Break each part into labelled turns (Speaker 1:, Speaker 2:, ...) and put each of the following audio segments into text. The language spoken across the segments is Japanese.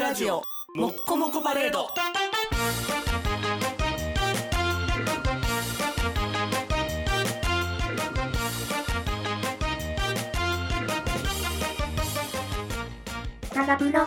Speaker 1: ラジオもっこもこパレード
Speaker 2: タガプロ、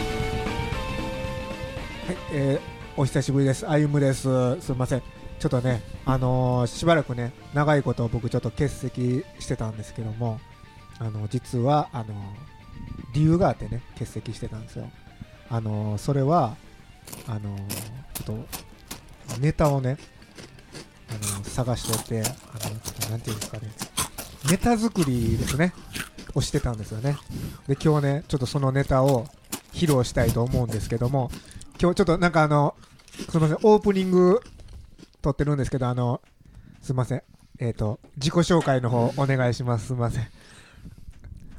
Speaker 3: はい、えーお久しぶりです。あゆむです。すみません。ちょっとね、あのーしばらくね、長いこと僕ちょっと欠席してたんですけども、あの、実は、あのー理由があってね、欠席してたんですよ。あのーそれは、あのーちょっと、ネタをね、あのー探してて、あのちょっとなんていうんですかね、ネタ作りですね、をしてたんですよね。で、今日ね、ちょっとそのネタを披露したいと思うんですけども、今日ちょっとなんかあの、すみません、オープニング撮ってるんですけど、あの、すみません、えっ、と、自己紹介の方お願いします。すみません。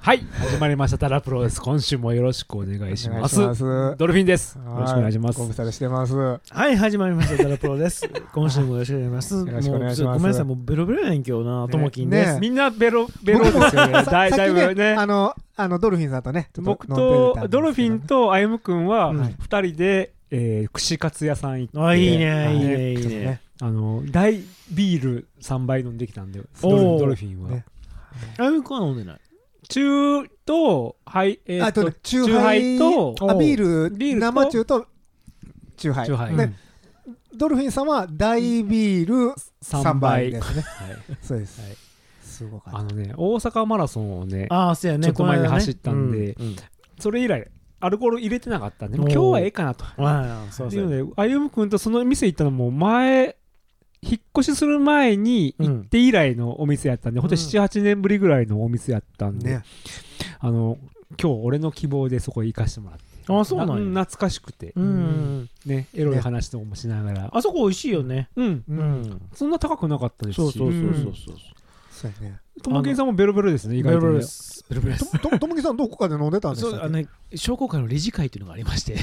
Speaker 4: はい始まりましたタラプロです今週もよろしくお願いします
Speaker 3: お願いします
Speaker 4: ドルフィンですよ
Speaker 3: は
Speaker 4: ろしくお願いします
Speaker 3: ご無沙汰してます。
Speaker 5: はい、始まりました。ダラプロです。今週もよろしくお願いします。
Speaker 3: ろしくお願いします
Speaker 5: もうごめんなさい、もうベロベロやん今日な、ともきんです。
Speaker 3: ね
Speaker 4: みんなベロベロですよ
Speaker 3: さ
Speaker 4: ねだいだい
Speaker 3: さっ
Speaker 4: ぶ
Speaker 3: きね
Speaker 4: ね
Speaker 3: あの、あの、ドルフィンさんとね、ちょっ
Speaker 4: 僕
Speaker 3: 飲んで
Speaker 4: と
Speaker 3: たんですけどね
Speaker 4: ドルフィン、と歩夢君は
Speaker 3: はい
Speaker 4: 二人で、えー串カツ屋さん行って
Speaker 5: あ、いい
Speaker 3: はい
Speaker 5: ね、いいね、いい
Speaker 3: ちょっと
Speaker 5: ね。
Speaker 3: ね。
Speaker 4: あの大ビール3杯飲んできたんでド
Speaker 5: お
Speaker 4: ル
Speaker 5: ー
Speaker 4: ドルフィンは、
Speaker 3: ね
Speaker 5: あゆみくんは飲んでない。
Speaker 4: 中とハイえー
Speaker 3: あ
Speaker 4: っと
Speaker 3: とね、チュー
Speaker 4: 酎
Speaker 3: ハ
Speaker 4: ハ
Speaker 3: イ
Speaker 4: イと
Speaker 3: あビール、
Speaker 4: ビールと
Speaker 3: 生中と、チューハイ。
Speaker 4: 中杯、
Speaker 3: ね
Speaker 4: うん
Speaker 3: ドルフィンさんは大ビール3
Speaker 4: 三
Speaker 3: 杯
Speaker 4: 杯
Speaker 3: ですね。
Speaker 4: はい
Speaker 3: そうです
Speaker 4: はい。
Speaker 3: すごかった
Speaker 4: あ。のね大阪マラソンをね
Speaker 5: ああ、そうやね。
Speaker 4: ちょっと前に走ったんで、
Speaker 5: この間ね
Speaker 4: それ以来アルコール入れてなかったんで
Speaker 5: お
Speaker 4: 今
Speaker 5: ー
Speaker 4: 日はええかなと
Speaker 5: うん。わあ、そう
Speaker 4: ってい
Speaker 5: そううや。
Speaker 4: ので、歩夢君とその店行ったのも前、引っ越しする前に行って以来のお店やったんで、ほんと7、8年ぶりぐらいのお店やったんで、
Speaker 3: ね。
Speaker 4: あの、今日俺の希望でそこへ行かしてもらって。
Speaker 5: あそうなんや。
Speaker 4: 懐かしくて、
Speaker 5: うん。
Speaker 4: ね、エロい話とかもしながら、
Speaker 5: あそこ美味しいよね。
Speaker 4: うん、
Speaker 5: うん。
Speaker 4: そんな高くなかったですし、
Speaker 5: そうそうそうそうそう。
Speaker 3: そうやね。
Speaker 4: ともきんさんもベロベロですね、意
Speaker 5: ベ
Speaker 4: 外
Speaker 5: ロ
Speaker 4: と
Speaker 5: ベロ
Speaker 4: ね
Speaker 5: で。す。ベロベロです。
Speaker 3: ととともきさんどこかで飲んでたんです
Speaker 6: そう
Speaker 3: か
Speaker 6: あの商工会の理事会というのがありまして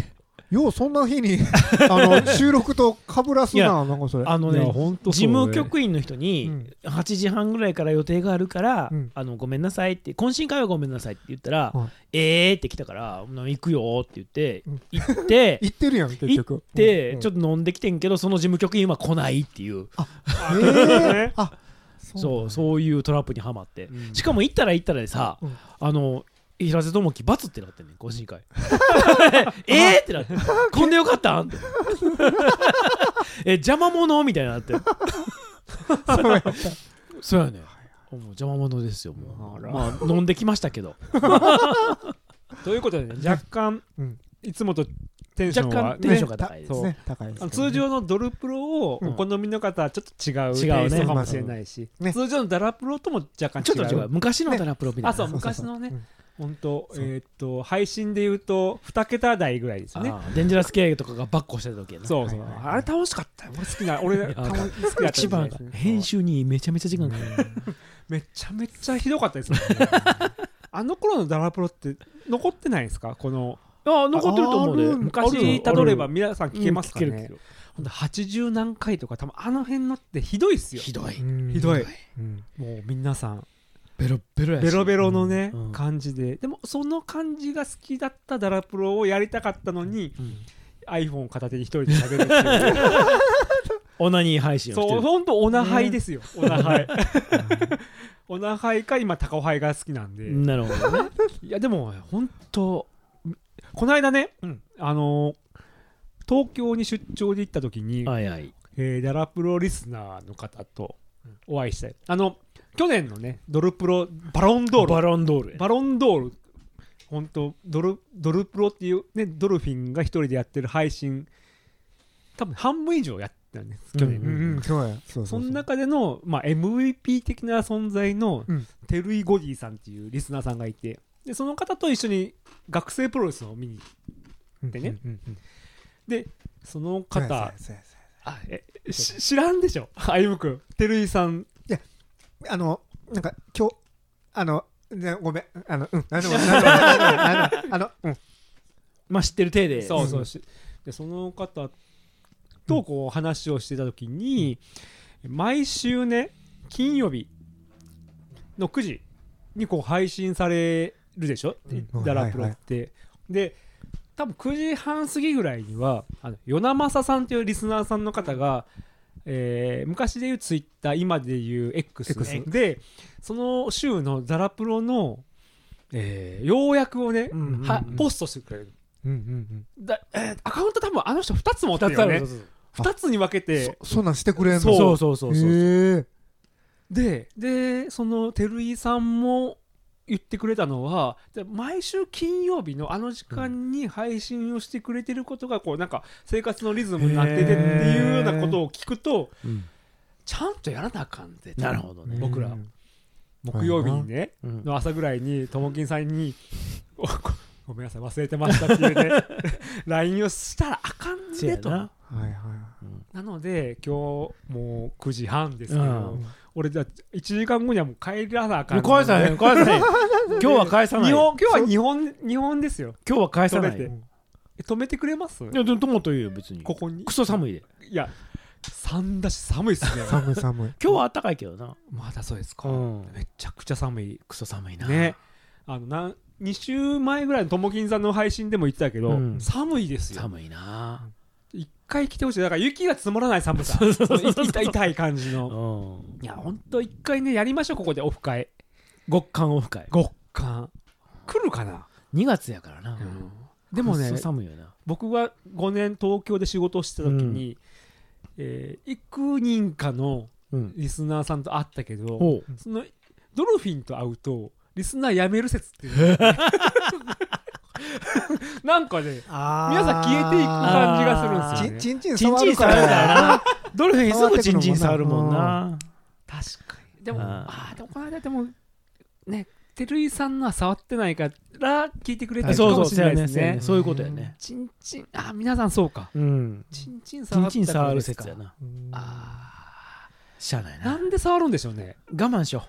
Speaker 3: ようそんな日に あの収録とかぶらす
Speaker 5: い
Speaker 3: な
Speaker 5: や
Speaker 3: なんかそれ
Speaker 5: あの
Speaker 4: いや
Speaker 5: ね、
Speaker 4: ほんと
Speaker 5: 事
Speaker 4: そうね
Speaker 5: 務局員の人
Speaker 3: う
Speaker 5: に
Speaker 3: ん
Speaker 5: 8時半ぐらいから予定があるから、
Speaker 3: うん
Speaker 5: あのごめんなさいって懇親会はごめんなさいって言ったら、
Speaker 3: は
Speaker 5: えーって来たからな行くよって言って
Speaker 3: うん
Speaker 5: 行って
Speaker 3: 行ってるやん結
Speaker 5: 行
Speaker 3: 局
Speaker 5: って、
Speaker 3: うん
Speaker 5: ちょっと飲んできてんけどその事務局員は来ないっていう
Speaker 3: ええあ
Speaker 5: そうそういうトラップにはまって、
Speaker 4: うん
Speaker 5: しかも行ったら行ったらでさ、
Speaker 3: うん
Speaker 5: あの平瀬智樹バツってなってんねん懇親会えーってなってこんでよかったんってえ邪魔者みたいになって
Speaker 3: そうや
Speaker 5: そうやね。もう邪魔者ですよ、も
Speaker 4: あ
Speaker 5: う。
Speaker 4: ら
Speaker 5: まあ、飲んできましたけど。
Speaker 4: ということでね、若干
Speaker 3: うん、
Speaker 4: いつもとテンション
Speaker 5: 若
Speaker 4: は
Speaker 5: 干テンションが高いです。
Speaker 3: そうね高いです
Speaker 4: あ
Speaker 3: け
Speaker 4: の
Speaker 3: どね
Speaker 4: 通常のドルプロを
Speaker 3: うん
Speaker 4: お好みの方はちょっと違う
Speaker 5: 違
Speaker 4: テ
Speaker 5: うね
Speaker 4: イストかもしれないし、
Speaker 3: まあね
Speaker 4: 通常のダラプロとも若干
Speaker 5: ちょ
Speaker 4: 違
Speaker 5: っ
Speaker 4: う
Speaker 5: と違う。昔のダラプロみたいな。
Speaker 4: あそ
Speaker 3: そう
Speaker 4: う
Speaker 3: そう
Speaker 4: 昔
Speaker 3: そう
Speaker 4: のね
Speaker 3: うん
Speaker 4: 本当
Speaker 3: そう
Speaker 4: えーっと配信で言うと2桁台ぐらいですね
Speaker 5: あーデンジャラス系とかがバッコしてた時やな。
Speaker 4: そうそう
Speaker 3: はいはいはい
Speaker 4: あれ楽しかったよ俺好きな俺たまに好きだった
Speaker 5: 一番が編集にめちゃめちゃ時間がかかる。
Speaker 4: めちゃめちゃひどかったですもんねあの頃のダラプロって残ってないですかこの
Speaker 5: ああ、残ってると思う
Speaker 3: あ
Speaker 5: で
Speaker 3: る。
Speaker 4: 昔たどれば
Speaker 5: うん
Speaker 4: 皆さん聞けますか
Speaker 5: 聞け
Speaker 4: ね
Speaker 5: る聞ける
Speaker 4: ほんと80何回とか多分あの辺のってひどいっすよ
Speaker 6: ひどい
Speaker 3: うん
Speaker 4: ひどい
Speaker 3: うん
Speaker 4: もう皆さん
Speaker 6: ベロベロやし
Speaker 4: ベロベロのね、
Speaker 5: うんうん
Speaker 4: 感じででもその感じが好きだったダラプロをやりたかったのに、iPhone を片手に一人で喋るっていう
Speaker 5: オナニー 配信をして
Speaker 4: そう
Speaker 5: る。
Speaker 4: ほんとオナハイですよ、オナハ イオナハイか今タコハイが好きなんで、
Speaker 5: なるほどね。
Speaker 4: いやでもほんとこの間ね、あの東京に出張で行った時に、
Speaker 5: はいはい。
Speaker 4: えーダラプロリスナーの方とお会いしたいあの去年のねドルプロバロンドール
Speaker 5: バロンドールや。
Speaker 4: バロンドール、本当ドル、ドルプロっていう、ね、ドルフィンが一人でやってる配信、多分半分以上やってたんです、去年。
Speaker 3: うんうんそうやそう
Speaker 4: そ
Speaker 3: そう
Speaker 4: の
Speaker 3: そう
Speaker 4: 中での、まあ、MVP 的な存在の
Speaker 3: うん
Speaker 4: テルイ・ゴディさんっていうリスナーさんがいてでその方と一緒に学生プロレスを見に
Speaker 3: うん
Speaker 4: でね
Speaker 3: うんうん
Speaker 4: でその
Speaker 3: そうやそう
Speaker 4: 方
Speaker 3: やそうやそう
Speaker 4: あえし知らんでしょ歩夢君照井さん
Speaker 3: やあのなんか今日あのねごめんあのうん何でも何でも何でも何でもあのうん
Speaker 5: まあ知ってる体で
Speaker 4: そうそうしでその方とこう話をしてた時に、毎週ね金曜日の9時にこう配信されるでしょ、
Speaker 3: うん
Speaker 4: ダラプロって、で多分9時半過ぎぐらいにはあの与那正さんというリスナーさんの方が、えー昔でいうツイッター今でいう X でその週のダラプロの、えー要約をね、
Speaker 3: うんうんうん
Speaker 4: はポストしてくれる
Speaker 3: うんうん
Speaker 4: だ、えーアカウント多分あの人2つ持ってる
Speaker 5: そ
Speaker 4: よ
Speaker 5: う
Speaker 4: ね2つに分け
Speaker 3: うん
Speaker 4: て
Speaker 3: そそんなんしてくれんの
Speaker 5: そうそうそうそう
Speaker 3: へえ
Speaker 4: ででその照井さんも言ってくれたのはで毎週金曜日のあの時間に配信をしてくれてることがこうなんか生活のリズムになっててっていうようなことを聞くと、
Speaker 5: うん
Speaker 4: ちゃんとやらなあかんで
Speaker 5: なるほどね
Speaker 4: 僕ら
Speaker 3: うん
Speaker 4: 木曜日にね、
Speaker 5: うん
Speaker 4: の朝ぐらいにともきんさんに おご「ごめんなさい忘れてました」っていう ね LINE をしたらあかん
Speaker 5: せや
Speaker 4: でと。
Speaker 5: な
Speaker 3: はいはい
Speaker 4: なので今日もう9時半ですけど、
Speaker 5: うん
Speaker 4: 俺だって1時間後にはもう帰らなあかん
Speaker 5: 返さない返さない今日は返さな
Speaker 4: 日
Speaker 5: い 今
Speaker 4: 本今日は日本日本ですよ
Speaker 5: 日は返さな
Speaker 4: 止め
Speaker 5: い
Speaker 4: て
Speaker 5: い
Speaker 4: え止めてくれます
Speaker 5: やでもともと言うよ別に
Speaker 4: ここに
Speaker 5: クソ寒いで
Speaker 4: いや3だし寒いっすね
Speaker 3: 寒い寒い
Speaker 5: 今日は暖かいけどな
Speaker 4: まだそうですか、
Speaker 5: うん
Speaker 4: めちゃくちゃ寒い
Speaker 5: クソ寒いな
Speaker 4: ねあのなん2週前ぐらいのともきんさんの配信でも言ってたけど、
Speaker 5: うん
Speaker 4: 寒いですよ
Speaker 5: 寒いな
Speaker 4: 一回来てほしいだから雪が積もらない寒さ その痛い痛い感じ
Speaker 5: う
Speaker 4: の
Speaker 5: ん
Speaker 4: いやほんと一回ねやりましょうここでオフ会
Speaker 5: 極寒オフ会
Speaker 4: 極寒来るかな、
Speaker 5: 2月やからな
Speaker 4: でもね
Speaker 5: クソ寒いよな
Speaker 4: 僕が5年東京で仕事をしてた時に、えー幾人かの
Speaker 5: うん
Speaker 4: リスナーさんと会ったけど、
Speaker 5: ほう
Speaker 4: そのドルフィンと会うとリスナー辞める説っていう のがねなんかね皆さん消えていく感じがするんです
Speaker 3: ち
Speaker 4: よ、ね、
Speaker 3: んちん
Speaker 5: チン
Speaker 3: 触
Speaker 5: チン
Speaker 3: るか
Speaker 5: 触るかららなドルフィンすぐチンチン触
Speaker 3: 触って
Speaker 5: る
Speaker 3: くるも
Speaker 5: もん
Speaker 3: んな
Speaker 5: な
Speaker 4: 確かにでも
Speaker 5: あ
Speaker 4: あ
Speaker 5: ー
Speaker 4: ーでもこの間でもね照井さんのは触ってないから聞いてくれてるか
Speaker 5: そうそ
Speaker 4: も
Speaker 5: う
Speaker 4: し
Speaker 5: そ
Speaker 4: れ
Speaker 5: う
Speaker 4: な
Speaker 5: や
Speaker 4: いで
Speaker 5: ね
Speaker 4: すね
Speaker 5: そうやねそういうことやね
Speaker 4: ちんちんあー皆さんそうか
Speaker 5: うん
Speaker 4: ちんちん
Speaker 5: チ
Speaker 4: 触
Speaker 5: ン
Speaker 4: った
Speaker 5: チン触る
Speaker 4: か
Speaker 5: 説
Speaker 4: ら
Speaker 5: やな
Speaker 3: うん
Speaker 4: あ
Speaker 5: しゃあない
Speaker 4: ーな
Speaker 5: なん
Speaker 4: で触るんでしょうね
Speaker 5: 我慢しよ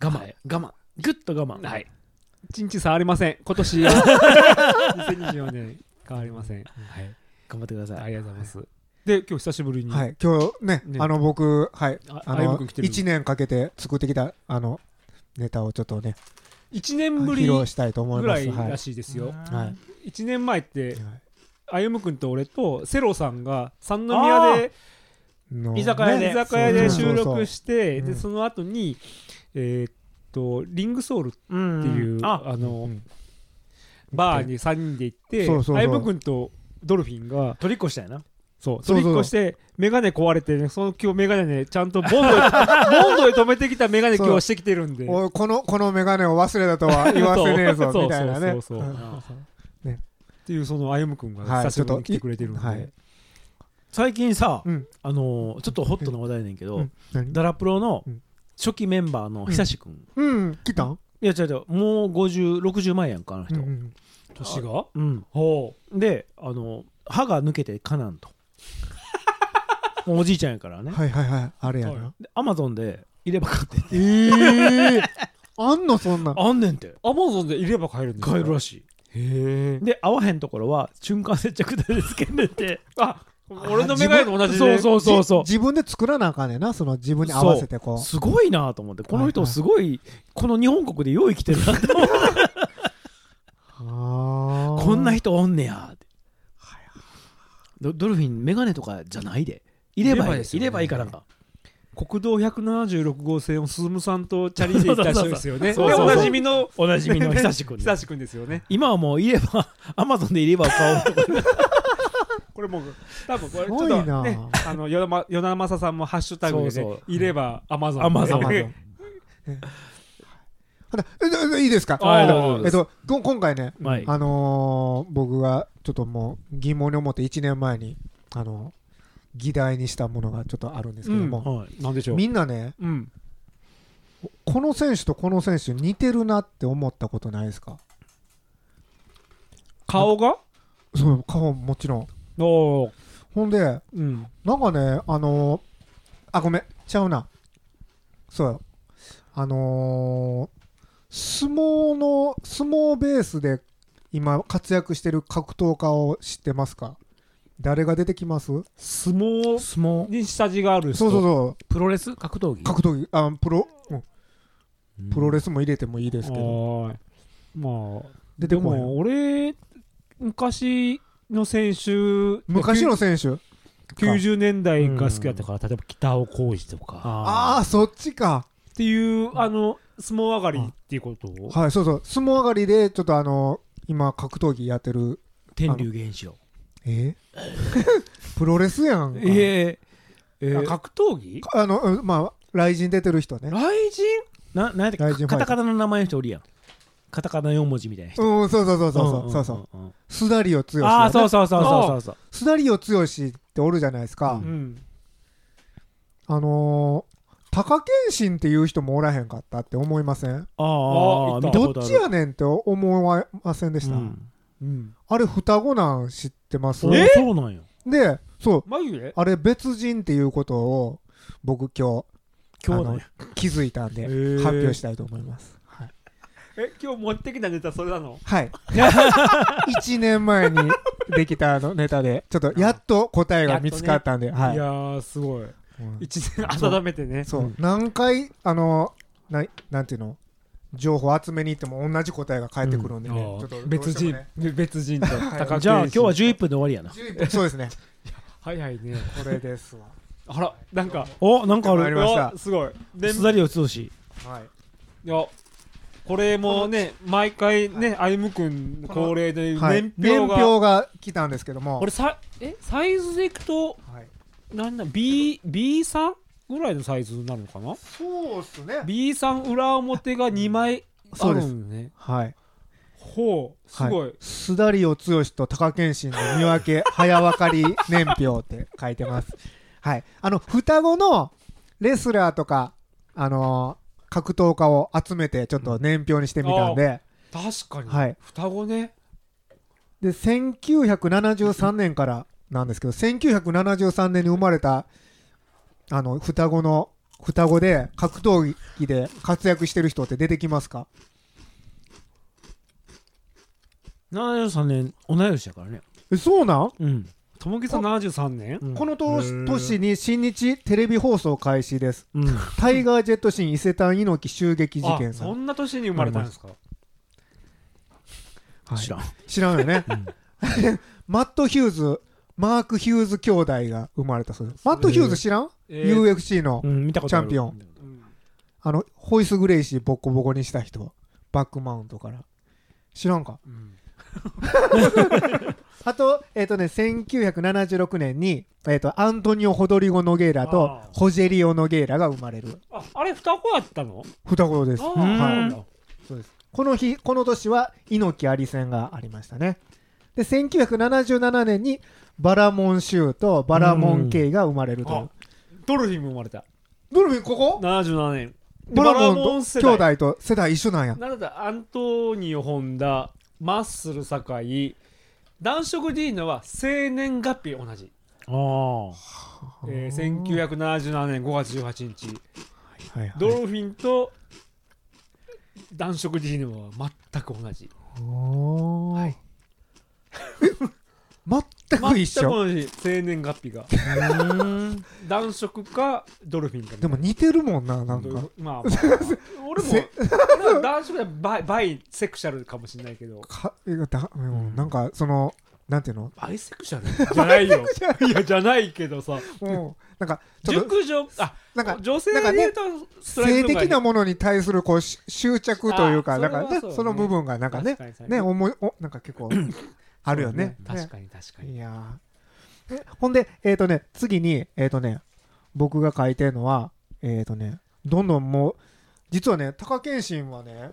Speaker 5: う我慢よ我慢ぐっと我慢
Speaker 4: はい一日触りません今年 は2024年変わりませんはい
Speaker 5: 頑張ってください
Speaker 4: ありがとうございますで今日久しぶりに
Speaker 3: はい今日ね
Speaker 4: ね
Speaker 3: あの僕はい
Speaker 4: あ
Speaker 3: あ
Speaker 4: 歩夢
Speaker 3: の
Speaker 4: 君来てる
Speaker 3: 1年かけて作ってきたあのネタをちょっとね
Speaker 4: 1年ぶ
Speaker 3: 披
Speaker 4: り
Speaker 3: 露
Speaker 4: ぐ
Speaker 3: したいと思いま
Speaker 4: ら
Speaker 3: す
Speaker 4: い
Speaker 3: はい
Speaker 4: らしいですよ
Speaker 3: はいはい
Speaker 4: 1年前って歩夢君と俺とセロさんが三宮
Speaker 5: あ
Speaker 4: で
Speaker 3: の
Speaker 5: 居酒屋で
Speaker 4: 居酒屋で収
Speaker 3: そうそ
Speaker 4: 録
Speaker 3: う
Speaker 4: して
Speaker 3: うん
Speaker 4: でその後にえーっとリングソウルって
Speaker 5: う
Speaker 4: っ
Speaker 5: ん
Speaker 4: ていう、
Speaker 5: あ
Speaker 4: あの、
Speaker 3: うん
Speaker 4: バーに3人で行って
Speaker 3: そうそうそう
Speaker 4: 相武君とドルフィンが
Speaker 5: 取りっこしたよな
Speaker 4: そう
Speaker 3: そうそう
Speaker 4: 取りっこして眼鏡壊れてねその今日眼鏡ねちゃんとボン ドでボンドで止めてきた眼鏡今日してきてるんで
Speaker 3: おいこのこの眼鏡を忘れたとは言わせねえぞ
Speaker 4: そう
Speaker 3: みたいなね
Speaker 4: そうそうそうそう
Speaker 3: うん
Speaker 4: っていうその歩夢君が
Speaker 3: はい
Speaker 4: 久しぶりに来
Speaker 3: ちょ
Speaker 4: て
Speaker 3: っと
Speaker 4: くれてるんで、
Speaker 3: はい
Speaker 5: 最近さ
Speaker 3: うん
Speaker 5: あのーちょっとホットな話題やねんけ
Speaker 3: う
Speaker 5: ど
Speaker 3: ん何
Speaker 5: ダラプロの
Speaker 3: うん
Speaker 5: 初期メンバーの久志くん
Speaker 3: うん来たん
Speaker 5: いや違う違うもう5060前やんかあの
Speaker 3: う
Speaker 5: 人
Speaker 3: ん
Speaker 4: 年が
Speaker 5: うん
Speaker 4: ほ
Speaker 5: であの歯が抜けてカナ ンともうおじいちゃんやからね
Speaker 3: はいはいはいあれや
Speaker 4: は
Speaker 3: な
Speaker 5: アマゾンで入れ歯買ってん
Speaker 3: ええあんのそんなん
Speaker 5: あんねんて
Speaker 4: うアマゾンでいれば買えるんですか
Speaker 5: 買えるらしい
Speaker 4: へえ
Speaker 5: で合わへんところは瞬間接着剤でつけんねんて
Speaker 4: あ俺の眼鏡と同じで
Speaker 5: そうそうそうそう
Speaker 3: じ自分で作らなあかんねんなその自分に合わせてこう
Speaker 5: すごいなと思ってこの人すごいこの日本国でよう生きてる なって
Speaker 3: あー
Speaker 5: こんな人おんねやってドドルフィンメガネとかじゃないでいれば
Speaker 4: 入れ歯
Speaker 5: いい
Speaker 4: ですよね
Speaker 5: いればいいかなんか
Speaker 4: 国道176号線を進さんとチャリで行った人ですよね
Speaker 5: そうそうそう
Speaker 4: でおなじみの
Speaker 5: おなじみの久しくん
Speaker 4: 久志くんですよね
Speaker 5: 今はもういれば アマゾンでいれば買おうとか
Speaker 4: これもう多分これ
Speaker 3: す
Speaker 4: ちょっ
Speaker 3: ごい
Speaker 4: と
Speaker 3: な
Speaker 4: ねあの与那ま与那正さんもハッシュタグで
Speaker 5: そう
Speaker 4: ね
Speaker 5: そう
Speaker 4: いればアマゾン
Speaker 5: Amazon
Speaker 3: アマゾンほらええいいですか
Speaker 5: はい
Speaker 4: どうぞ
Speaker 5: どうぞ
Speaker 3: えっとこ今回ね
Speaker 5: はい
Speaker 3: あのー僕がちょっともう疑問に思って1年前にあの議題にしたものがちょっとあるんですけども、
Speaker 5: はい
Speaker 4: なんでしょう
Speaker 3: みんなね
Speaker 4: うん
Speaker 3: この選手とこの選手似てるなって思ったことないですか
Speaker 4: 顔が
Speaker 3: そう顔もちろん
Speaker 4: おー
Speaker 3: ほんで
Speaker 4: うん
Speaker 3: なんかねあのーあごめんちゃうなそうよあのー相撲の相撲ベースで今活躍してる格闘家を知ってますか誰が出てきます
Speaker 4: 相撲
Speaker 5: 相撲
Speaker 4: に下地がある人
Speaker 3: そうそうそ
Speaker 5: プロレス格闘技
Speaker 3: う格闘技あプロ、うんプロレ
Speaker 5: ス
Speaker 3: スも入れてもいいですけど
Speaker 4: はーいまあ
Speaker 3: 出て
Speaker 4: で
Speaker 3: こない
Speaker 4: も俺昔の選手
Speaker 3: 昔の選手
Speaker 4: 90年代が好きだったから、例えば北尾浩二とか
Speaker 3: ああーそっちか
Speaker 4: っていうあの相撲上がりっていうことを
Speaker 3: はいそうそう相撲上がりでちょっとあの今格闘技やってる
Speaker 5: 天竜源氏郎
Speaker 3: え プロレスやんか
Speaker 5: ええ
Speaker 4: あ格闘技
Speaker 3: あのうんまあ雷神出てる人ね
Speaker 5: 雷神ななんやったっ
Speaker 3: 雷
Speaker 5: け
Speaker 3: 神
Speaker 5: カタカナの名前の人おるやんカタカナ4文字みたいな人
Speaker 3: うんそうそうそうそうそうそうそう須田理央剛
Speaker 5: ああ
Speaker 3: だ
Speaker 5: そう
Speaker 3: ね
Speaker 5: そうそうそうそう
Speaker 3: 須田理央剛っておるじゃないですか、
Speaker 5: う
Speaker 4: うん
Speaker 3: あのー、貴健心っていう人もおらへんかったって思いません
Speaker 5: あ
Speaker 4: あ
Speaker 5: あ
Speaker 4: いた
Speaker 5: 見た
Speaker 3: ど
Speaker 5: こ
Speaker 3: っ
Speaker 5: とある
Speaker 3: ちやねんって思わませんでした、
Speaker 5: うん
Speaker 4: うん
Speaker 3: あれ双子なん知ってます
Speaker 5: そうそうなんよ
Speaker 3: でそう
Speaker 4: 眉毛
Speaker 3: あれ別人っていうことを僕今日
Speaker 5: 今日なんや
Speaker 3: あの気づいたんで
Speaker 5: へー
Speaker 3: 発表したいと思いますはい、
Speaker 4: え今日持ってきたネタそれなの
Speaker 3: はい、1年前にできたあのネタでちょっとやっと答えが見つかったんで、はい
Speaker 4: いやーすごい
Speaker 3: うん
Speaker 4: 一年温めてね
Speaker 3: そう、何回あのななんていうの情報集めに行っても同じ答えが返ってくるんでね、
Speaker 4: うん
Speaker 3: ちょっと
Speaker 4: 別人別人と
Speaker 3: い
Speaker 4: 高
Speaker 5: じゃあ今日は
Speaker 4: は
Speaker 5: 11分で終わりやな
Speaker 3: 人そうですね
Speaker 4: 早いね
Speaker 3: これですわ
Speaker 4: あらなんか
Speaker 5: おなんかあ
Speaker 3: わかり
Speaker 5: る
Speaker 3: ました
Speaker 4: うわすごいで
Speaker 5: 須田理夫し
Speaker 3: はい
Speaker 4: いやこれもね毎回ね歩夢君恒例で
Speaker 3: はい 年
Speaker 4: 年、表が、
Speaker 3: 表が来たんですけども
Speaker 4: これさえサイズでいくと
Speaker 3: はい、
Speaker 4: なんだ B B3 ぐらいのサイズになるのかな
Speaker 3: そうっすね
Speaker 4: B3 裏表が2枚あ
Speaker 3: そうで
Speaker 4: る
Speaker 3: す
Speaker 4: んね
Speaker 3: はい
Speaker 4: ほうすごい、
Speaker 3: 須田理央剛と貴健心の見分け早分かり年表って書いてます はいあの双子のレスラーとかあのー格闘家を集めてちょっと年表にしてみたんで、
Speaker 4: 確かに、
Speaker 3: はい
Speaker 4: 双子ね
Speaker 3: で1973年からなんですけど1973年に生まれたあの双子の双子で格闘技で活躍してる人って出てきますか
Speaker 5: い73年同い年やからね
Speaker 3: えそうなん
Speaker 5: うん
Speaker 4: ともきさん73年、
Speaker 5: うん
Speaker 3: この年年に新日テレビ放送開始です
Speaker 5: うん
Speaker 3: タイガージェットシーン伊勢丹猪木襲撃事件
Speaker 4: あ
Speaker 3: さん
Speaker 4: そんな年に生まれたんですか
Speaker 3: はい
Speaker 5: 知らん
Speaker 3: 知らんよね、 マット・ヒューズマーク・ヒューズ兄弟が生まれたそうですマット・ヒューズ知らん、
Speaker 4: えー
Speaker 3: UFC の
Speaker 5: うん見たことある
Speaker 3: チャンピオン
Speaker 4: うん
Speaker 3: あのホイス・グレイシーボッコボコにした人バックマウントから知らんか
Speaker 4: うん
Speaker 3: あとえっ、とね1976年に、えっとアントニオ・ホドリゴ・ノゲイラと
Speaker 4: あー
Speaker 3: ホジェリオ・ノゲイラが生まれる
Speaker 4: ああれ双子やったの
Speaker 3: 双子です
Speaker 4: あー
Speaker 5: うん
Speaker 4: そうなんだ
Speaker 3: この日この年は猪木あり戦がありましたねで1977年にバラモン州とバラモン系が生まれるという
Speaker 4: あドルフィンも生まれた
Speaker 3: ドルフィンここ
Speaker 4: 77年
Speaker 3: バラ
Speaker 4: バラモ
Speaker 3: モンと
Speaker 4: ン世
Speaker 3: 兄
Speaker 4: 代
Speaker 3: 弟と世代一緒なんや
Speaker 4: なんだったアントニオ・ホンダマッスル酒井男色 D のは生年月日同じ、
Speaker 5: あ
Speaker 4: えー、1977年5月18日
Speaker 3: はいはい
Speaker 4: ドルフィンと男色 D のは全く同じ
Speaker 3: おー え全く一
Speaker 4: 全く
Speaker 3: 緒
Speaker 4: 同じ生年月日が男色かドルフィンかみた
Speaker 3: で
Speaker 4: いな
Speaker 3: も似てるもんななん
Speaker 4: どうい
Speaker 3: か
Speaker 4: うまあ、まあまあ俺も
Speaker 3: せ
Speaker 4: 俺は男色でバイバイセクシャルかもしれないけど
Speaker 3: かえだうんなんかそのなんていうの
Speaker 4: バイセクシャル じゃないよいやじゃないけどさ
Speaker 3: うんなんかちょっと
Speaker 4: 熟女あ
Speaker 3: なんか
Speaker 4: 女性で言うとストライ
Speaker 3: 性
Speaker 4: クとか
Speaker 3: 的なものに対するこうし執着というか
Speaker 4: あ
Speaker 3: な
Speaker 4: ー
Speaker 3: んか
Speaker 4: それ
Speaker 3: ね
Speaker 4: はそうね
Speaker 3: その部分がなんかね
Speaker 4: 確に
Speaker 3: ね、思い、お、なんか結構、あるよね。
Speaker 4: 確かに確か
Speaker 3: ね
Speaker 4: に
Speaker 3: いやーえほんで、えっ、とね、次に、えっ、とね、僕が書いてるのは、えっ、とね、どんどんもう、実はね、貴健心はね、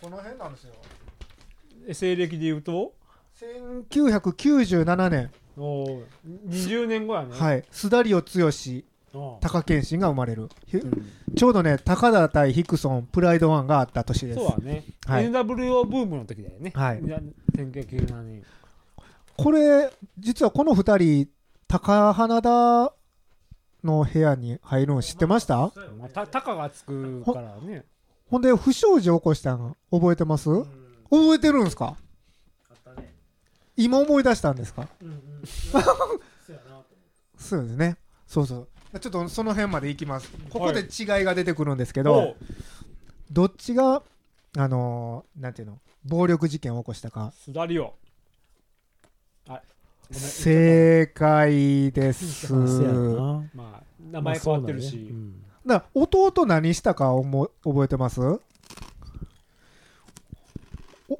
Speaker 3: この辺なんですよ。
Speaker 4: え西暦で言うと
Speaker 3: 1997年、
Speaker 4: おー20年後やね
Speaker 3: はい、須田理央剛、
Speaker 4: おー
Speaker 3: 貴健心が生まれる。ひ
Speaker 4: ん
Speaker 3: ちょうどね、高田対ヒクソン、プライドワンがあった年です
Speaker 4: そう。だね
Speaker 3: はい
Speaker 4: NWO ブームの時だよね
Speaker 3: はい
Speaker 4: 典型的なね
Speaker 3: これ実はこの2人高花田の部屋に入るん知ってました
Speaker 4: まあ、たたかがつくからね
Speaker 3: ほんで不祥事起こしたの覚えてます覚えてるんですか今思い出したんですか そうですねそうそうちょっとその辺までいきますここで違いが出てくるんですけど、
Speaker 4: おう
Speaker 3: どっちがあのーなんていうの暴力事件を起こしたか
Speaker 4: すだりをあごめん
Speaker 3: 正解です
Speaker 5: そう
Speaker 3: だ
Speaker 5: やな
Speaker 4: まあ名前変わってるし、
Speaker 5: まあそうだねうん
Speaker 3: から弟何したか思覚えてますお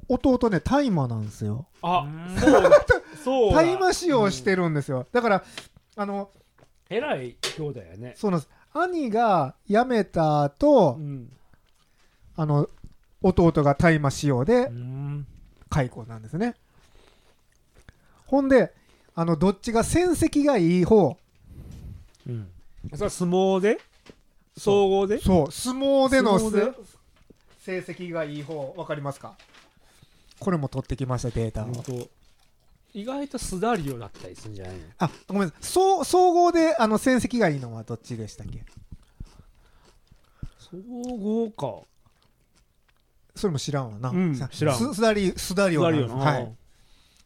Speaker 3: 弟ね大麻なんですよ
Speaker 4: あそうだそ うだ
Speaker 3: 大麻使用してるんですよ、だからあの
Speaker 4: えらい兄弟やね
Speaker 3: そうなんです兄が辞めた後、
Speaker 4: うん
Speaker 3: あの弟が大麻使用で
Speaker 4: うん
Speaker 3: 解雇なんですねほんであのどっちが戦績がいい方
Speaker 4: それは相撲で総合で
Speaker 3: そう相撲での
Speaker 4: 相撲で
Speaker 3: 成績がいい方わかりますかこれも取ってきましたデータを、
Speaker 4: 本当意外とすだりをだったりするんじゃないの
Speaker 3: あごめんなさい総総合であの戦績がいいのはどっちでしたっけ
Speaker 4: 総合か
Speaker 3: それも知らんわな、
Speaker 4: うん
Speaker 3: さ
Speaker 4: 知らん
Speaker 3: すすだりすだり
Speaker 4: す
Speaker 3: を
Speaker 4: だ
Speaker 3: なん
Speaker 4: り
Speaker 3: で
Speaker 4: よ
Speaker 3: す
Speaker 4: な、
Speaker 3: はい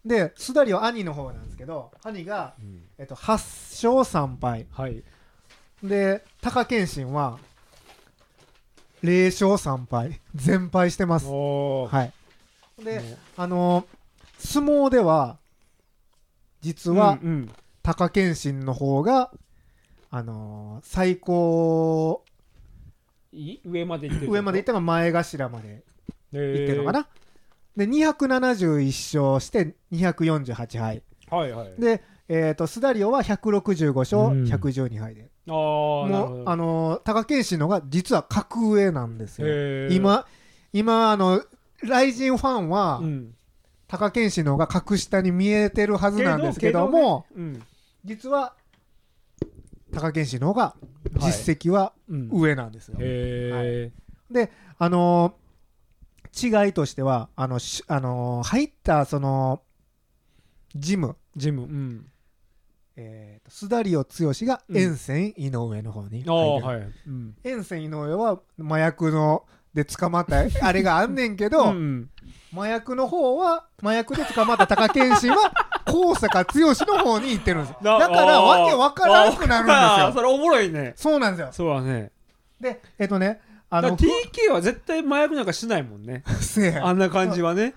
Speaker 3: で、すだりは兄の方なんですけど、兄が、
Speaker 4: ん
Speaker 3: えっと、8勝3敗。
Speaker 4: はい
Speaker 3: で、貴健心は、0勝3敗。全敗してます。
Speaker 4: おー
Speaker 3: はい。で
Speaker 4: もう、
Speaker 3: あのー相撲では、実は、
Speaker 4: うんうん
Speaker 3: 貴健心の方が、あのー最高、
Speaker 4: い上まで行ってる
Speaker 3: 上まで行ったのが前頭まで行ってるのかな。で、271勝して248敗。
Speaker 4: なはいはい
Speaker 3: で、えー、とスダリオは165勝、
Speaker 5: うん
Speaker 3: 112敗で
Speaker 4: ああな
Speaker 3: も
Speaker 4: るほ
Speaker 3: う
Speaker 4: ど
Speaker 3: あのー貴健心のが実は格上なんですよ
Speaker 4: へー
Speaker 3: 今今あの雷神ファンは、
Speaker 4: うん
Speaker 3: 貴健心のが格下に見えてるはずなんですけど
Speaker 4: け
Speaker 3: も
Speaker 4: うん
Speaker 3: 実は貴健心の方が実績は
Speaker 4: うん
Speaker 3: 上なんですよ、
Speaker 4: へえ
Speaker 3: あのー違いとしてはあのしあのー入ったそのジム
Speaker 4: ジムうん
Speaker 3: えーと、須田リオ剛が沿線井上の方に入
Speaker 4: ああ
Speaker 3: る、
Speaker 4: はいうん
Speaker 3: 沿線井上は麻薬ので捕まった あれがあんねんけ
Speaker 4: う
Speaker 3: ど、
Speaker 4: ん
Speaker 3: 麻薬の方は麻薬で捕まった貴健心 は高坂剛の方に行ってるんですよだからわけわからなくなるんですよ
Speaker 4: それおもろいね
Speaker 3: そうなんですよ
Speaker 4: そうだね
Speaker 3: でえっ、とねあ
Speaker 4: だか
Speaker 3: の
Speaker 4: ら TK は絶対麻薬なんかしないもんね
Speaker 3: せえ
Speaker 4: あんな感じはね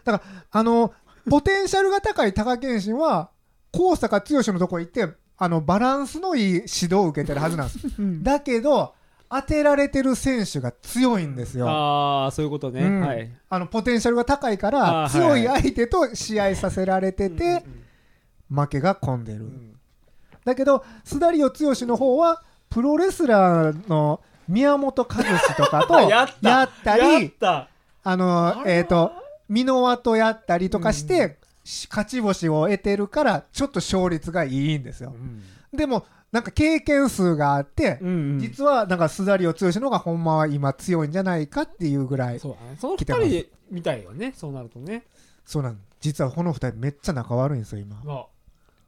Speaker 3: あのポテンシャルが高い貴健心は高坂剛のとこ行ってあのバランスのいい指導を受けてるはずなんですだけど当てられてる選手が強いんですよあ
Speaker 4: ああそういうことね
Speaker 3: うん
Speaker 4: はい
Speaker 3: のポテンシャルが高いか
Speaker 4: あ
Speaker 3: ら
Speaker 4: ー
Speaker 3: 強
Speaker 4: はい
Speaker 3: い
Speaker 4: は
Speaker 3: 相手と試合させられてて負けが込んでる、だけど須田リオ剛の方はプロレスラーの宮本和志とかと
Speaker 4: やった
Speaker 3: やったり
Speaker 4: やった
Speaker 3: あのえっ、と箕輪とやったりとかして、し勝ち星を得てるからちょっと勝率がいいんですよ、でもなんか経験数があって、
Speaker 4: うんうん
Speaker 3: 実はなんか須田剛の方がほんまは今強いんじゃないかっていうぐらいそう
Speaker 4: そうだねその二
Speaker 3: 来てま
Speaker 4: 人
Speaker 3: す
Speaker 4: で見たいよねそうなるとね
Speaker 3: なん実はこの二人めっちゃ仲悪いんですよ今
Speaker 4: あ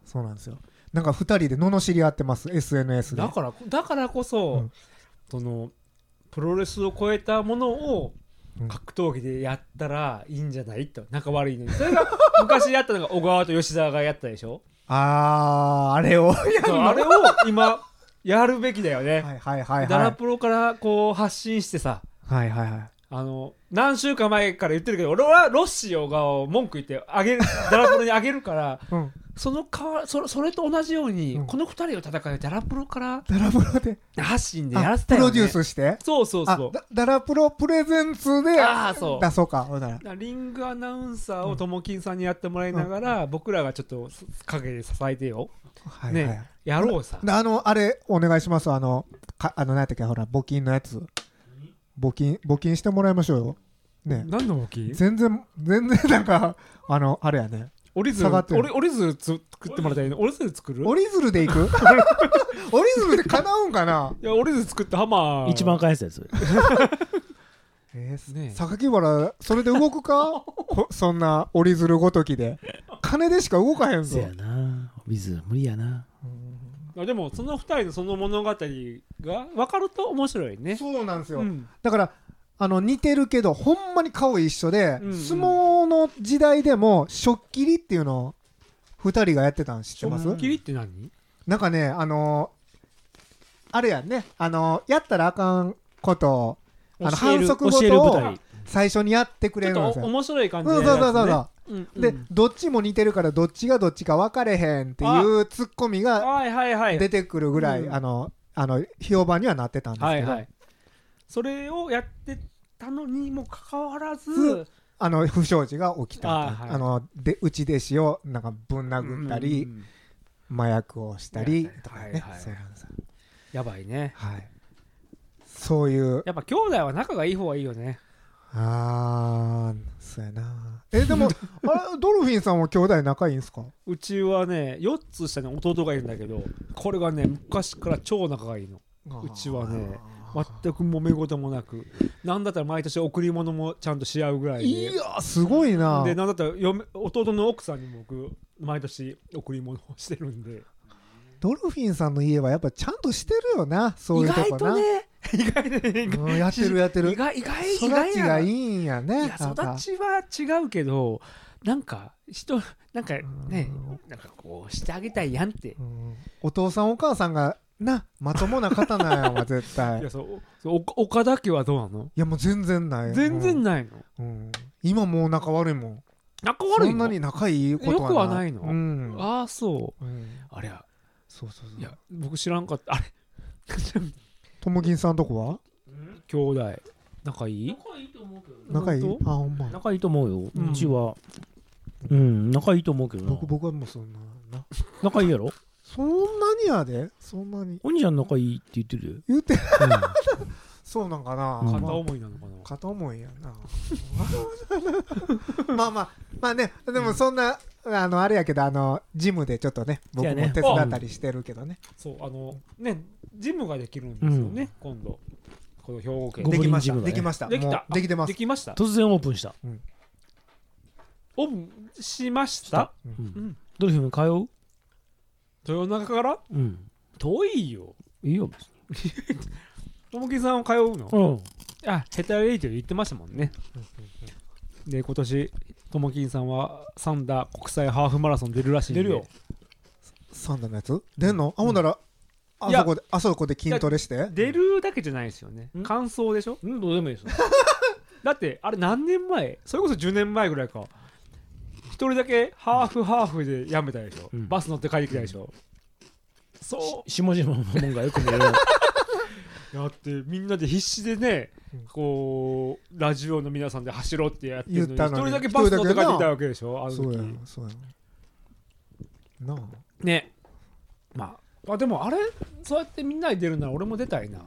Speaker 3: そうなんですよなんか二人で罵り合ってます SNS で
Speaker 4: だからだからこそ、
Speaker 3: うん
Speaker 4: そのプロレスを超えたものを
Speaker 3: うん
Speaker 4: 格闘技でやったらいいんじゃないと仲悪いのにそれが昔やったのが小川と吉沢がやったでしょ
Speaker 3: あーあれをは
Speaker 4: そうあれを今やるべきだよね、
Speaker 3: いはいはいはい
Speaker 4: ダ
Speaker 3: は
Speaker 4: ラ
Speaker 3: い
Speaker 4: プロからこう発信してさ
Speaker 3: はいはい
Speaker 4: あの何週間前から言ってるけど俺はロッシー小川を文句言ってあげるダラプロにあげるから
Speaker 3: うん
Speaker 4: そのかわそれそれと同じように、
Speaker 3: うん
Speaker 4: この2人を戦うダラプロから
Speaker 3: ダラプロで
Speaker 4: 発信で
Speaker 3: あ
Speaker 4: やらせたよ、
Speaker 3: プ
Speaker 4: ね、
Speaker 3: ロデュースして
Speaker 4: そうそう
Speaker 3: あ
Speaker 4: そう
Speaker 3: だダラプロプレゼンツで
Speaker 4: ああそう
Speaker 3: 出そうかほんなら
Speaker 4: リングアナウンサーをともきんさんにやってもらいながら、僕らがちょっと陰で支えてよ
Speaker 3: はいはい、
Speaker 4: ね
Speaker 3: はい
Speaker 4: やろうさ
Speaker 3: であの、あれ、お願いします。あの、かあの、何やったっけ、ほら、募金のやつ。募金、募金してもらいましょうよ。ね。
Speaker 4: 何の動き
Speaker 3: 全然、全然なんか、あの、あれやね。
Speaker 4: 折り鶴
Speaker 3: 下がってる
Speaker 4: 折折り鶴つ作ってもらいたいね折り鶴作る
Speaker 3: 折り鶴で行 く折り鶴で叶うんかない
Speaker 4: や折り鶴作ってハマー
Speaker 5: 一番返すやつ
Speaker 3: えー
Speaker 4: ねえ
Speaker 3: 榊原、それで動くかこそんな折り鶴ごときで。金でしか動かへんぞ
Speaker 5: せやなウィズ無理やな
Speaker 4: あでもその二人のその物語が分かると面白いね
Speaker 3: そうなんですよ、
Speaker 4: うん
Speaker 3: だからあの似てるけどほんまに顔一緒で、
Speaker 4: うんうん
Speaker 3: 相撲の時代でも食切りっていうのを2人がやってたん知ってます
Speaker 4: ドッキリって何
Speaker 3: なんかねあのあれやんねあのやったらあかんことをあの
Speaker 5: 教える
Speaker 3: 反則ご
Speaker 5: 教える
Speaker 3: と
Speaker 5: 舞
Speaker 3: を
Speaker 5: 台
Speaker 3: 最初にやってく
Speaker 4: ち
Speaker 3: れ
Speaker 4: ょっ
Speaker 3: るんです
Speaker 4: と
Speaker 3: よ。
Speaker 4: お面白い感じ
Speaker 3: そうそうそうそうそう、
Speaker 4: うんうん
Speaker 3: で、どっちも似てるからどっちがどっちか分かれへんっていうツッコミが
Speaker 4: はいはいはい
Speaker 3: 出てくるぐらい、
Speaker 4: うん
Speaker 3: あのあの評判にはなってたんですけど、
Speaker 4: はいはいそれをやってたのにもかかわらず、
Speaker 3: ずあの不祥事が起きたと
Speaker 4: あーはい
Speaker 3: あので内弟子をなんかぶん殴ったり、
Speaker 4: うんうんうん
Speaker 3: 麻薬をしたりとか
Speaker 4: はい
Speaker 3: ね
Speaker 4: はい
Speaker 3: そうなんですよ
Speaker 4: やばいね
Speaker 3: はいそういう
Speaker 4: やっぱ兄弟は仲がいい方がいいよね
Speaker 3: あーそうやなえ でもあれドルフィンさんは兄弟仲いいんすか
Speaker 4: うちはね4つ下に弟がいるんだけどこれがね昔から超仲がいいのうちはね全く揉め事もなくなんだったら毎年贈り物もちゃんとし合うぐらい
Speaker 3: い
Speaker 4: で
Speaker 3: やすごいな
Speaker 4: でなんだったら嫁弟の奥さんにも僕毎年贈り物をしてるんで
Speaker 3: ドルフィンさんの家はやっぱちゃんとしてるよなそう
Speaker 4: 意
Speaker 3: いうと
Speaker 4: 外
Speaker 3: ことな
Speaker 4: ね意外とね
Speaker 3: うんやってるやってる
Speaker 4: 意外意外意
Speaker 3: 育
Speaker 4: 外
Speaker 3: ち
Speaker 4: や
Speaker 3: が
Speaker 4: ない
Speaker 3: いんやね
Speaker 4: いや
Speaker 3: なんか
Speaker 4: 育ちは違うけどなんか人なんかねなんかこうしてあげたいやんって
Speaker 3: うんお父さんお母さんがなまともな方なんやわ絶対
Speaker 4: い
Speaker 3: い
Speaker 4: やそうそうお岡田家はどうなの
Speaker 3: やもう全然ない
Speaker 4: 全然
Speaker 3: ない、
Speaker 4: ないの
Speaker 3: うん今もう仲悪いもん
Speaker 4: 仲悪いの
Speaker 3: そんなに仲いいことはない
Speaker 4: よくはないの
Speaker 3: うん
Speaker 4: ああそう
Speaker 3: うん
Speaker 4: あれや
Speaker 3: そうそうそう
Speaker 4: いや僕知らんかったあれ
Speaker 3: ともぎんさんとこは
Speaker 4: 兄弟仲いい
Speaker 5: いいと思うけど
Speaker 3: 仲いいあ
Speaker 4: 本
Speaker 3: ほんま
Speaker 5: 仲いいと思うよ
Speaker 4: うん
Speaker 5: うちはうん仲いいと思うけどな
Speaker 3: 僕僕はもうそんなな
Speaker 5: 仲いいやろ
Speaker 3: そんなにやでそんなに
Speaker 5: お兄ちゃん仲いいって言ってるよ
Speaker 3: 言うて
Speaker 5: うん
Speaker 3: そうなんかな、
Speaker 5: うん
Speaker 3: まあ
Speaker 4: 片思いなのかな
Speaker 3: 片思いやな まあまあまあねでもそんな、あのあれやけどあのジムでちょっとね僕も
Speaker 5: そうやね
Speaker 3: 手伝ったりしてるけどね
Speaker 4: そうあのねジムができるんですよね今度この兵庫県
Speaker 5: ご
Speaker 4: で
Speaker 3: できまし
Speaker 5: ゴブリンジ
Speaker 3: た、できました
Speaker 4: で
Speaker 5: ムがね
Speaker 4: き
Speaker 3: も
Speaker 4: た
Speaker 3: うできてます
Speaker 4: できました
Speaker 5: 突然オープンした
Speaker 4: オンしました
Speaker 5: うんドルフィンも通
Speaker 4: 豊中から
Speaker 5: ううん
Speaker 4: 遠いよ
Speaker 5: いいよ別
Speaker 4: ともきさんは通うの
Speaker 5: にうん
Speaker 4: あヘタレイティオ言ってましたもんねで今年ともきんさんはサンダー国際ハーフマラソン出るらしいんで
Speaker 5: 出るよ
Speaker 3: サンダーのやつ出んのあほんならあ
Speaker 4: いや
Speaker 3: そこであそこで筋トレして
Speaker 4: 出るだけじゃないですよね
Speaker 5: うん
Speaker 4: 感想でしょ
Speaker 5: うんどうでもいいですよ
Speaker 4: だってあれ何年前それこそ10年前ぐらいか一人だけハーフハーフでやめたでしょ、
Speaker 5: うん
Speaker 4: バス乗って帰ってきたでしょ、そ
Speaker 5: 下々のもんがよく見える
Speaker 4: うだってみんなで必死でねこうラジオの皆さんで走ろうってやってるのに
Speaker 3: 言っ
Speaker 4: 一
Speaker 3: たの
Speaker 4: 人
Speaker 3: に
Speaker 4: だけバス乗って帰ってきたわけでしょあの
Speaker 3: そうや
Speaker 4: 時
Speaker 3: そうやなあ
Speaker 4: ねまああでもあれそうやってみんなで出るなら俺も出たいな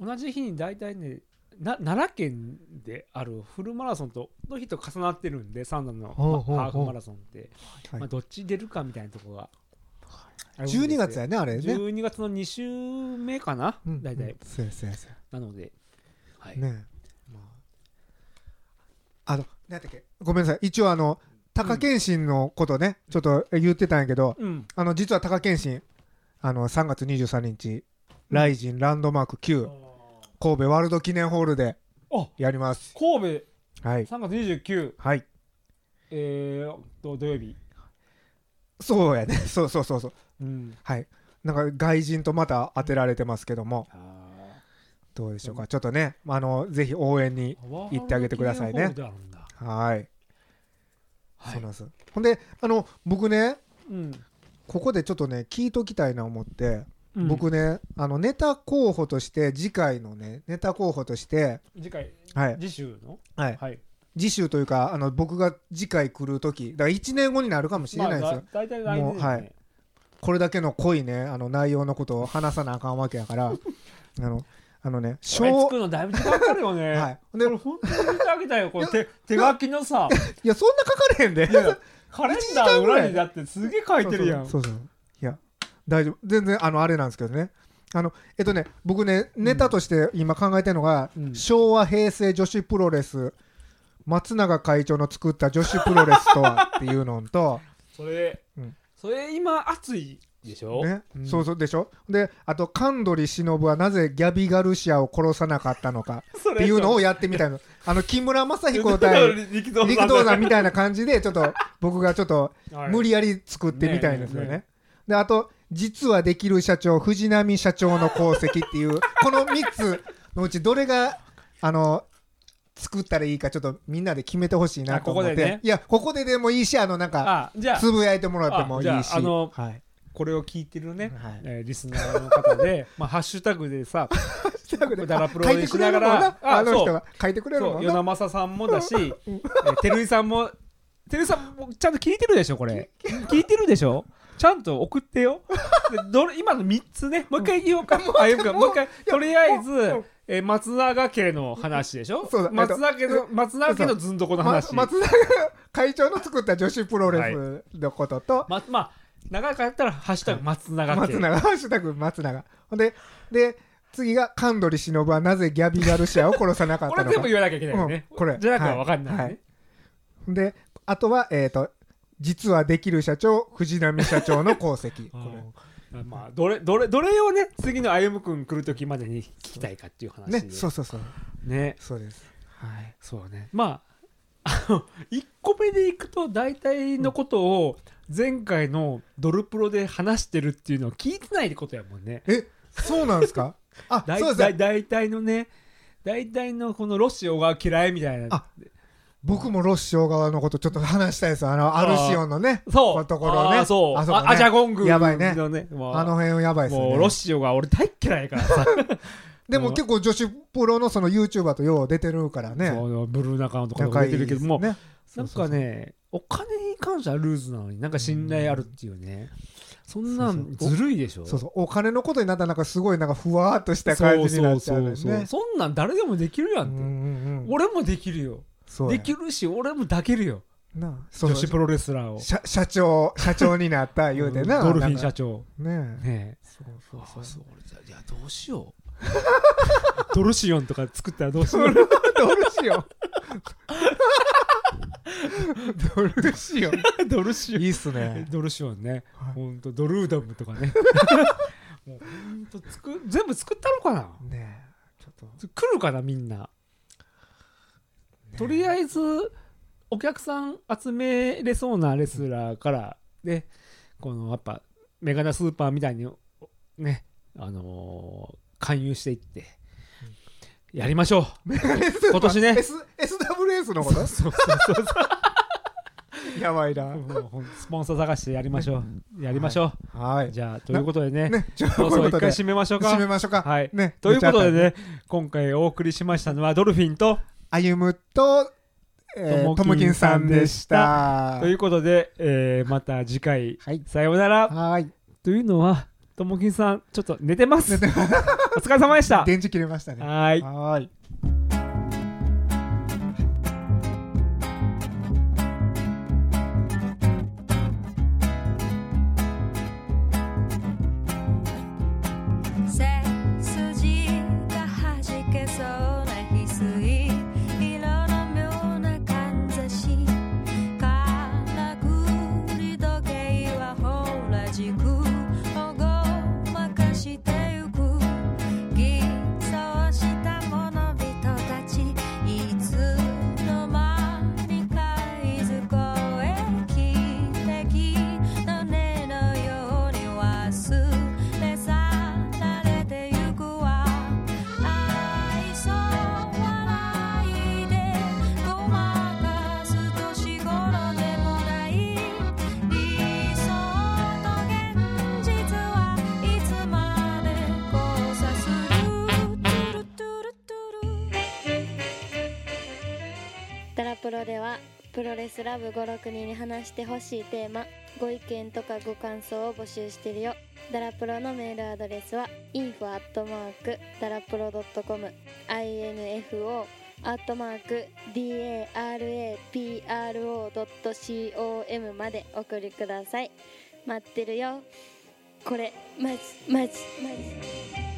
Speaker 4: 同じ日に大体ねな奈良県であるフルマラソンとの日と重なってるんでサンダの
Speaker 3: ほうほうほう
Speaker 4: まハーフマラソンって、
Speaker 3: はい
Speaker 4: まあ、どっち出るかみたいなとこがあるんですよ
Speaker 3: 12月やねあれね
Speaker 4: 12月の2週目かな、
Speaker 3: うん
Speaker 4: 大体
Speaker 3: うんそうやそうやそう
Speaker 4: なので、はい
Speaker 3: やねえまああの何だっけごめんなさい一応あの貴健心のことねちょっと言ってたんやけど
Speaker 4: うん、
Speaker 3: あの実は貴健心あの3月23日ライジンランドマーク9神戸ワールド記念ホールで
Speaker 4: あ
Speaker 3: やります
Speaker 4: 神戸
Speaker 3: はい
Speaker 4: 3月29、
Speaker 3: はい
Speaker 4: えー、と土曜日、
Speaker 3: そうやね そうそうそうそう
Speaker 4: うん、
Speaker 3: はい。なんか外人とまた当てられてますけども、
Speaker 4: あ
Speaker 3: どうでしょうか。ちょっとね、あの、ぜひ応援に。
Speaker 4: 行
Speaker 3: 行ってあげてくださいねはい。
Speaker 4: はい
Speaker 3: そうなんです。ほんで、あの、僕ね、
Speaker 4: うん、
Speaker 3: ここでちょっとね、聞いときたいな思って、
Speaker 4: うん
Speaker 3: 僕ね、あの、ネタ候補として、次回のね、ネタ候補として、
Speaker 4: 次回
Speaker 3: はい。
Speaker 4: 次週の
Speaker 3: はい。
Speaker 4: はい
Speaker 3: 次週というか、あの、僕が次回来る時だから1年後になるかもしれないですよ。
Speaker 4: まあだ大体来年
Speaker 3: も
Speaker 4: で
Speaker 3: う
Speaker 4: すね
Speaker 3: はいこれだけの濃いね、あの、内容のことを話さなあかんわけやから、あの、あのね、
Speaker 4: これ
Speaker 3: 小
Speaker 4: 作、るのだいぶ時間かかるよね
Speaker 3: はい。ほんで
Speaker 4: これ本当に言ってあげたよこれ手手書きのさ
Speaker 3: いや、そんなかかれへんで。
Speaker 4: カレンダーの裏にだってすげえ書いてるやん
Speaker 3: そうそうそうそういや大丈夫全然あのあれなんですけどねあのえっとね僕ねネタとして今考えてるのが、
Speaker 4: うん
Speaker 3: 昭和平成女子プロレス松永会長の作った女子プロレスとはっていうの と、
Speaker 4: それ、
Speaker 3: うん
Speaker 4: それ今熱いでしょ、
Speaker 3: ねそうそうでしょであと神取忍はなぜギャビガルシアを殺さなかったの か
Speaker 4: そ
Speaker 3: っていうの
Speaker 4: を
Speaker 3: をやってみたいのあの木村正彦 対
Speaker 4: 力道
Speaker 3: 力道山みたいな感じでちょっと僕がちょっと無
Speaker 4: 理
Speaker 3: 理やり作ってみたいんですよね。
Speaker 4: ねえね
Speaker 3: であと実はできる社長藤波社長の功績っていう この3つのうちどれがあの作ったらいいかちょっとみんなで決めてほしいなと思って
Speaker 4: あここでね
Speaker 3: いやここででもいいしあのなんか
Speaker 4: あじゃあ
Speaker 3: つぶやいてもらってもい
Speaker 4: あ
Speaker 3: い
Speaker 4: じ
Speaker 3: し
Speaker 4: ゃああの
Speaker 3: はい
Speaker 4: これを聞いてるね、
Speaker 3: はい
Speaker 4: えーリスナーの方でまあハッシュタグでさだからプロ
Speaker 3: 書い
Speaker 4: レ
Speaker 3: て
Speaker 4: スし
Speaker 3: くれ
Speaker 4: な
Speaker 3: るも
Speaker 4: が
Speaker 3: んな
Speaker 4: ら
Speaker 3: あ
Speaker 4: あ
Speaker 3: の
Speaker 4: そ
Speaker 3: 人
Speaker 4: う
Speaker 3: は書いてくれる
Speaker 4: そ
Speaker 3: も
Speaker 4: うん与
Speaker 3: な
Speaker 4: 那正さん もだしえー照井さんも照井さんもちゃんと聞いてるでしょこれ聞いてるでしょちゃんと送ってよでどれ今の3つねもう一回言お うか、あ言おうかもう一回とりあえず、
Speaker 3: うん
Speaker 4: えー松永家の話でしょ
Speaker 3: そうだ
Speaker 4: 松永家の松永家のずんどこの
Speaker 3: ま
Speaker 4: 話、
Speaker 3: 松永会長の作った女子プロレスのことと、
Speaker 4: ままあ長いかやったら「ハッシュタグ松永家」
Speaker 3: 松永、 ハッシュタグ松永。ほんで、で、次が、神取忍はなぜギャビガルシアを殺さなかっ
Speaker 4: こ
Speaker 3: た
Speaker 4: れ
Speaker 3: の
Speaker 4: 全
Speaker 3: か。
Speaker 4: 部言わなきゃいけないよね、
Speaker 3: うんこれ
Speaker 4: じゃなくてわかんないね、
Speaker 3: はいほんで、あとは、えっ、と、実はできる社長、藤波社長の功績。これ
Speaker 4: うんまあどれどれどれをね次の歩夢君来る時までに聞きたいかっていう話で
Speaker 3: ね、そうそうそう。
Speaker 4: ね
Speaker 3: そうです。はい。
Speaker 4: そうねまああの1個 目でいくと大体のことを前回のドルプロで話してるっていうのを聞いてないことやもんね
Speaker 3: え、そうなんです かあ、
Speaker 4: 大
Speaker 3: そうです
Speaker 4: 大
Speaker 3: ね。
Speaker 4: 大体のね大体のこのロシオが嫌いみたいな
Speaker 3: あ僕もロッショー側のことちょっと話したいです。あの、アルシオンのね、
Speaker 4: そ
Speaker 3: こ
Speaker 4: う
Speaker 3: のところね
Speaker 4: あーそう
Speaker 3: あそこね
Speaker 4: あアジャゴング
Speaker 3: やばいね
Speaker 4: のねもう
Speaker 3: あの辺やばいですよ
Speaker 4: もう
Speaker 3: ね。
Speaker 4: ロシオが俺大っ嫌いやから さ
Speaker 3: でも結構女子プロのその YouTuber とよう出てるからね。
Speaker 4: そうブルーナカウンとかも
Speaker 3: 仲
Speaker 4: 出
Speaker 3: いい
Speaker 4: てるけども、
Speaker 3: ですね
Speaker 4: なんかねお金に関してはルーズなのになんか信頼あるっていうねそんなん
Speaker 3: そうそう
Speaker 4: ずるいでしょ
Speaker 3: そうそうお金のことになったらなんかすごいなんかふわーっとした感じになっちゃうよね。
Speaker 4: そうそうそうそんなん誰でもできるや
Speaker 3: うん
Speaker 4: って、
Speaker 3: んうん
Speaker 4: 俺もできるよ
Speaker 3: そうや
Speaker 4: できるし俺も抱けるよ
Speaker 3: なあそう
Speaker 4: 女子プロレスラーを
Speaker 3: 社社長社長になった言うてな。
Speaker 4: ドルフィン
Speaker 3: なん
Speaker 4: 社
Speaker 3: か
Speaker 4: 長
Speaker 3: ねえ。
Speaker 4: ねえ
Speaker 3: そうそうそう
Speaker 5: そう俺さいやどうしよ
Speaker 4: ドルシオンとか作ったらどうしよう
Speaker 3: ドルシオ。ドルシオ。
Speaker 4: ドルシオン
Speaker 3: いいっすね。
Speaker 4: ドルシオンね、
Speaker 3: はい
Speaker 4: ほんとドルーダムとかね もうほんとつく全部作ったのかな
Speaker 3: ねえちょっと
Speaker 4: 来るかなみんな、とりあえずお客さん集めれそうなレスラーからねこのやっぱメガネスーパーみたいにねあのー勧誘していってやりましょう
Speaker 3: メガネスーパー
Speaker 4: 今年ね
Speaker 3: S SWS のこと。
Speaker 4: そうそうそう
Speaker 3: やばいな。
Speaker 4: もうほんとスポンサー探してやりましょうやりましょ
Speaker 3: は
Speaker 4: う
Speaker 3: い。
Speaker 4: じゃあということでね
Speaker 3: ねちょっと
Speaker 4: そ
Speaker 3: こ
Speaker 4: う
Speaker 3: う
Speaker 4: そ
Speaker 3: いううこ
Speaker 4: 一
Speaker 3: と
Speaker 4: 回
Speaker 3: で
Speaker 4: 締めましょう
Speaker 3: 締め
Speaker 4: か
Speaker 3: ましょうか。
Speaker 4: はい
Speaker 3: ね。
Speaker 4: ということでね今回お送りしましたのはドルフィンと
Speaker 3: あゆむと、えー、
Speaker 4: と
Speaker 3: と
Speaker 4: も
Speaker 3: も
Speaker 4: き
Speaker 3: き
Speaker 4: ん
Speaker 3: ん
Speaker 4: さ
Speaker 3: さ
Speaker 4: ん
Speaker 3: ん
Speaker 4: で
Speaker 3: で
Speaker 4: し
Speaker 3: したた。
Speaker 4: ということで、えーまた次回、
Speaker 3: はい
Speaker 4: さようなら
Speaker 3: はーい。
Speaker 4: というのはともきんさんちょっと寝てますお疲れ様でしたは
Speaker 3: 電池切れましたね。
Speaker 4: ーい
Speaker 3: はーい。
Speaker 7: 背筋が弾けそうな翡翠色の妙なかんざしからくり時計はほら軸をごまかしてゆく偽装した物人たちいつの間にかいずこへ汽笛の音のように忘れ去られてゆくわ愛想笑いでごまかす年頃でもない理想と現実はいつまで交差するトゥルトゥルトゥル
Speaker 8: ダラプロではプロレスラブ56人に話してほしいテーマご意見とかご感想を募集してるよダラプロのメールアドレスは info アットマークダラプロ .com info アットマーク darapro.com までお送りください待ってるよこれマジマジマジ